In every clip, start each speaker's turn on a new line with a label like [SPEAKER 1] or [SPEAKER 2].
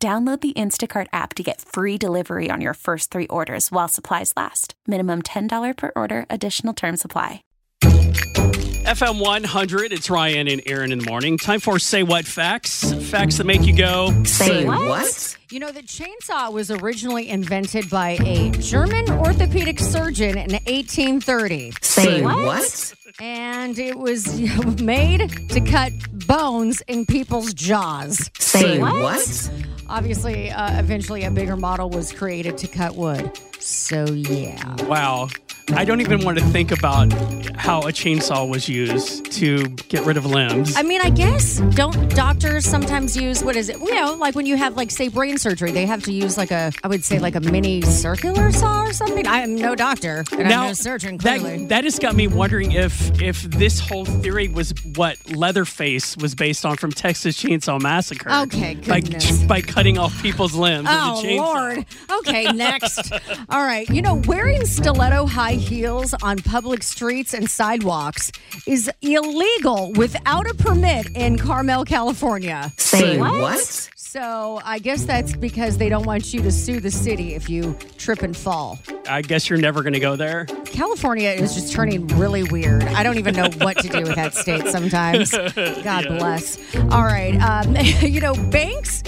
[SPEAKER 1] Download the Instacart app to get free delivery on your first three orders while supplies last. Minimum $10 per order, additional term supply.
[SPEAKER 2] FM 100, it's Ryan and Aaron in the morning. Time for Say What Facts. Facts that make you go.
[SPEAKER 3] Say what?
[SPEAKER 4] You know, the chainsaw was originally invented by a German orthopedic surgeon in 1830,
[SPEAKER 3] Say what?
[SPEAKER 4] and it was made to cut bones in people's jaws.
[SPEAKER 3] Say what?
[SPEAKER 4] Obviously, uh, eventually, a bigger model was created to cut wood. So, yeah.
[SPEAKER 2] Wow. I don't even want to think about how a chainsaw was used to get rid of limbs.
[SPEAKER 4] I mean, I guess don't doctors sometimes use what is it? You know, like when you have like say brain surgery, they have to use like a I would say like a mini circular saw or something. I am no doctor and I'm no surgeon clearly.
[SPEAKER 2] that, that has got me wondering if if this whole theory was what Leatherface was based on from Texas Chainsaw Massacre.
[SPEAKER 4] Okay,
[SPEAKER 2] by,
[SPEAKER 4] goodness.
[SPEAKER 2] by cutting off people's limbs.
[SPEAKER 4] Oh
[SPEAKER 2] with a chainsaw.
[SPEAKER 4] Lord! Okay, next. All right, you know, wearing stiletto high heels on public streets and sidewalks is illegal without a permit in Carmel, California.
[SPEAKER 3] Say what?
[SPEAKER 4] So I guess that's because they don't want you to sue the city if you trip and fall.
[SPEAKER 2] I guess you're never going to go there.
[SPEAKER 4] California is just turning really weird. I don't even know what to do with that state sometimes. God bless. All right. Um, you know, banks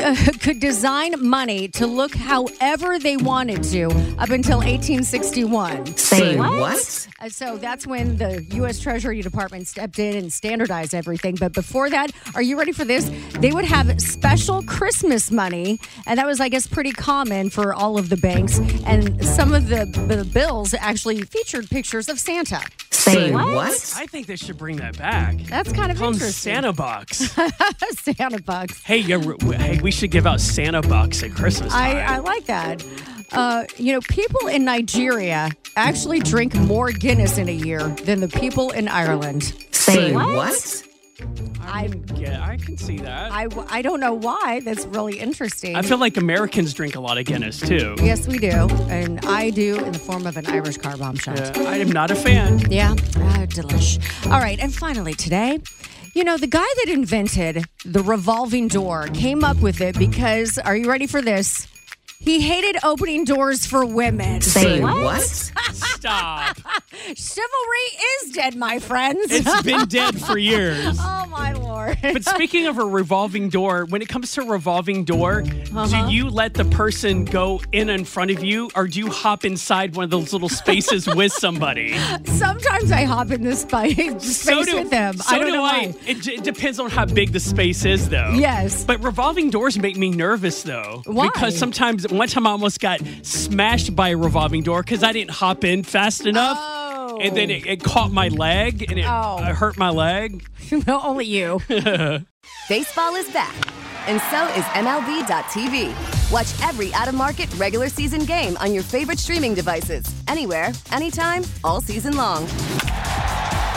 [SPEAKER 4] uh, could design money to look however they wanted to up until 1861.
[SPEAKER 3] Say what?
[SPEAKER 4] Uh, So that's when the U.S. Treasury Department stepped in and standardized everything. But before that, are you ready for this? They would have special Christmas money, and that was, I guess, pretty common for all of the banks. And some of the, the bills actually featured pictures of Santa.
[SPEAKER 3] Say what?
[SPEAKER 2] I think they should bring that back.
[SPEAKER 4] That's kind of
[SPEAKER 2] Call 'em
[SPEAKER 4] interesting.
[SPEAKER 2] Santa Bucks.
[SPEAKER 4] Santa bucks.
[SPEAKER 2] hey, yeah, w- w- hey, we should give out Santa Bucks at Christmas
[SPEAKER 4] I,
[SPEAKER 2] time.
[SPEAKER 4] I like that. Uh, you know, people in Nigeria actually drink more Guinness in a year than the people in Ireland.
[SPEAKER 3] Say what?
[SPEAKER 4] I,
[SPEAKER 2] yeah, I can see that. I,
[SPEAKER 4] I, I don't know why. That's really interesting.
[SPEAKER 2] feel like Americans drink a lot of Guinness too.
[SPEAKER 4] Yes, we do. And I do in the form of an Irish car bomb shot.
[SPEAKER 2] Uh, I am not a fan.
[SPEAKER 4] Yeah. Ah, delish. All right. And finally, today, you know, the guy that invented the revolving door came up with it because, are you ready for this? He hated opening doors for women.
[SPEAKER 3] Say what?
[SPEAKER 2] Stop.
[SPEAKER 4] Chivalry is dead, my friends.
[SPEAKER 2] it's been dead for years.
[SPEAKER 4] oh, my Lord.
[SPEAKER 2] But speaking of a revolving door, when it comes to revolving door,
[SPEAKER 4] Uh-huh.
[SPEAKER 2] do you let the person go in in front of you or do you hop inside one of those little spaces with somebody?
[SPEAKER 4] Sometimes I hop in this spi- space with them.
[SPEAKER 2] so
[SPEAKER 4] I don't
[SPEAKER 2] do
[SPEAKER 4] know why.
[SPEAKER 2] It, j- it depends on how big the space is, though.
[SPEAKER 4] Yes.
[SPEAKER 2] But revolving doors make me nervous, though.
[SPEAKER 4] Why?
[SPEAKER 2] Because sometimes, one time I almost got smashed by a revolving door because I didn't hop in fast enough.
[SPEAKER 4] Oh.
[SPEAKER 2] And then it, it caught my leg and it
[SPEAKER 4] Oh.
[SPEAKER 2] uh, hurt my leg.
[SPEAKER 4] no, only you.
[SPEAKER 5] Baseball is back, and so is MLB.tv. Watch every out of market regular season game on your favorite streaming devices, anywhere, anytime, all season long.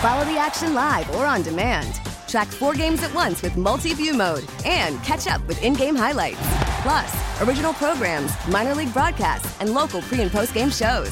[SPEAKER 5] Follow the action live or on demand. Track four games at once with multi view mode and catch up with in game highlights. Plus, original programs, minor league broadcasts, and local pre and post game shows.